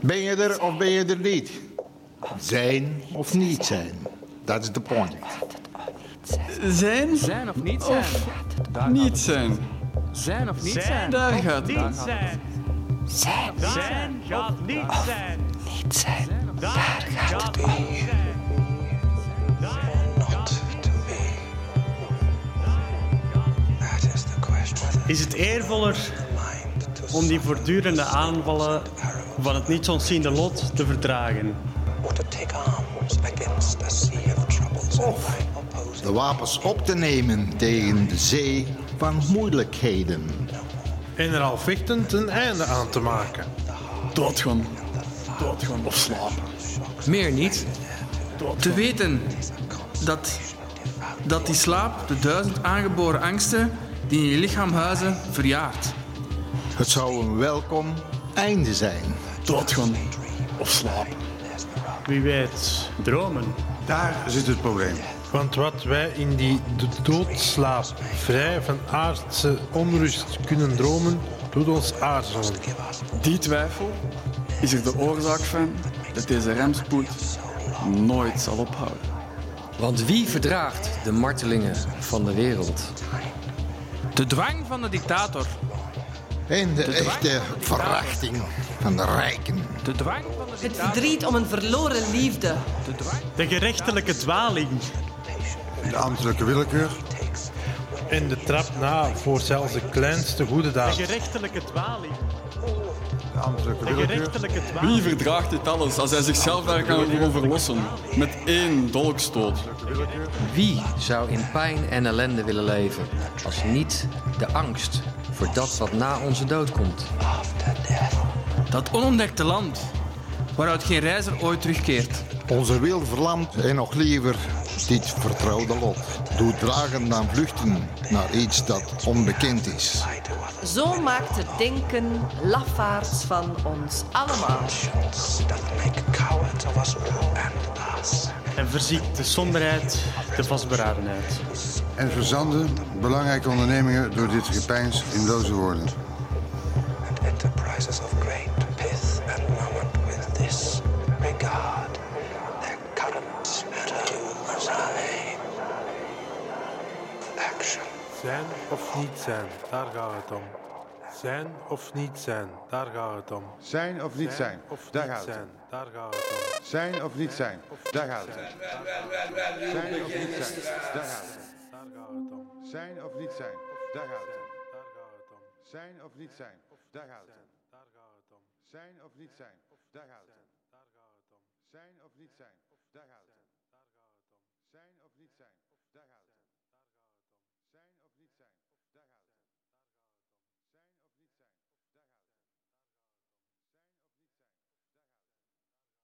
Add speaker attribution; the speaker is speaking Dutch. Speaker 1: Ben je er of ben je er niet? Zijn of niet zijn. Dat is de point.
Speaker 2: Zijn?
Speaker 3: Zijn of niet zijn.
Speaker 2: Niet zijn.
Speaker 3: Zijn of niet zijn.
Speaker 4: Zijn.
Speaker 2: Daar gaat het.
Speaker 4: Niet zijn. Zijn gaat niet zijn.
Speaker 5: Niet zijn.
Speaker 4: Daar gaat niet zijn. Daar gaat niet zijn.
Speaker 6: That is the question.
Speaker 4: Is het eervoller
Speaker 6: Mind to
Speaker 4: om die voortdurende aanvallen van het niet ontziende lot te verdragen?
Speaker 6: or to take arms against a sea of troubles and by opposing
Speaker 1: De wapens op te nemen tegen de zee van moeilijkheden.
Speaker 7: En er al vechtend een einde aan te maken.
Speaker 2: Doodgaan. Doodgaan of slapen.
Speaker 3: Meer niet.
Speaker 2: Te weten dat, dat die slaap de duizend aangeboren angsten die in je lichaam huizen verjaart.
Speaker 1: Het zou een welkom einde zijn.
Speaker 2: Doodgaan of slapen.
Speaker 4: Wie weet, dromen.
Speaker 8: Daar zit het probleem.
Speaker 7: Want wat wij in die d- doodslaap vrij van aardse onrust kunnen dromen, doet ons aarzelen.
Speaker 2: Die twijfel is er de oorzaak van dat deze remspoed nooit zal ophouden.
Speaker 3: Want wie verdraagt de martelingen van de wereld?
Speaker 2: De dwang van de dictator.
Speaker 1: En de echte verachting van de rijken.
Speaker 2: De dwang van de
Speaker 5: Het verdriet om een verloren liefde.
Speaker 4: De gerechtelijke dwaling.
Speaker 8: De ambtelijke willekeur.
Speaker 7: En de trap na voor zelfs de kleinste goede
Speaker 4: De
Speaker 7: daad.
Speaker 4: gerechtelijke dwaling.
Speaker 8: De ambtelijke
Speaker 4: De
Speaker 8: willekeur.
Speaker 4: gerechtelijke dwaling.
Speaker 9: Wie verdraagt dit alles als hij zichzelf daar kan gewoon verlossen? Met één dolkstoot.
Speaker 3: Wie zou in pijn en ellende willen leven als niet de angst voor dat wat na onze dood komt?
Speaker 2: Dat onontdekte land waaruit geen reiziger ooit terugkeert.
Speaker 1: Onze wil verlamd en nog liever dit vertrouwde lot. Doet dragen dan vluchten naar iets dat onbekend is.
Speaker 5: Zo maakt het denken lafaards van ons allemaal.
Speaker 6: that make cowards of us all and us.
Speaker 4: En verziekt de somberheid, de vastberadenheid.
Speaker 8: En verzanden belangrijke ondernemingen door dit gepeins in loze woorden.
Speaker 6: And enterprises of great pith and moment with this regard. Their currents and to arrive. Action.
Speaker 7: Zijn of niet zijn, daar gaat het om. Zijn of niet zijn, daar gaat het om.
Speaker 8: Zijn of niet zijn,
Speaker 7: Of
Speaker 8: daar
Speaker 7: niet
Speaker 8: gaat het.
Speaker 7: zijn,
Speaker 8: om.
Speaker 7: daar gaat het om.
Speaker 8: Zijn of niet zijn, daar gaat het. om. Zijn of niet zijn, daar gaat het. om.
Speaker 7: Daar gaat het om.
Speaker 8: Zijn of niet zijn, daar gaat
Speaker 7: Daar
Speaker 8: het. om.
Speaker 7: gaat het om.
Speaker 8: Zijn of niet zijn, daar gaat het. om.
Speaker 7: Daar gaat het om.
Speaker 8: Zijn of niet zijn, daar gaat
Speaker 7: Daar gaat
Speaker 8: het. om.
Speaker 7: het om.
Speaker 8: Zijn of niet zijn, daar gaat het. om. Zijn of niet zijn, daar gaat het. om.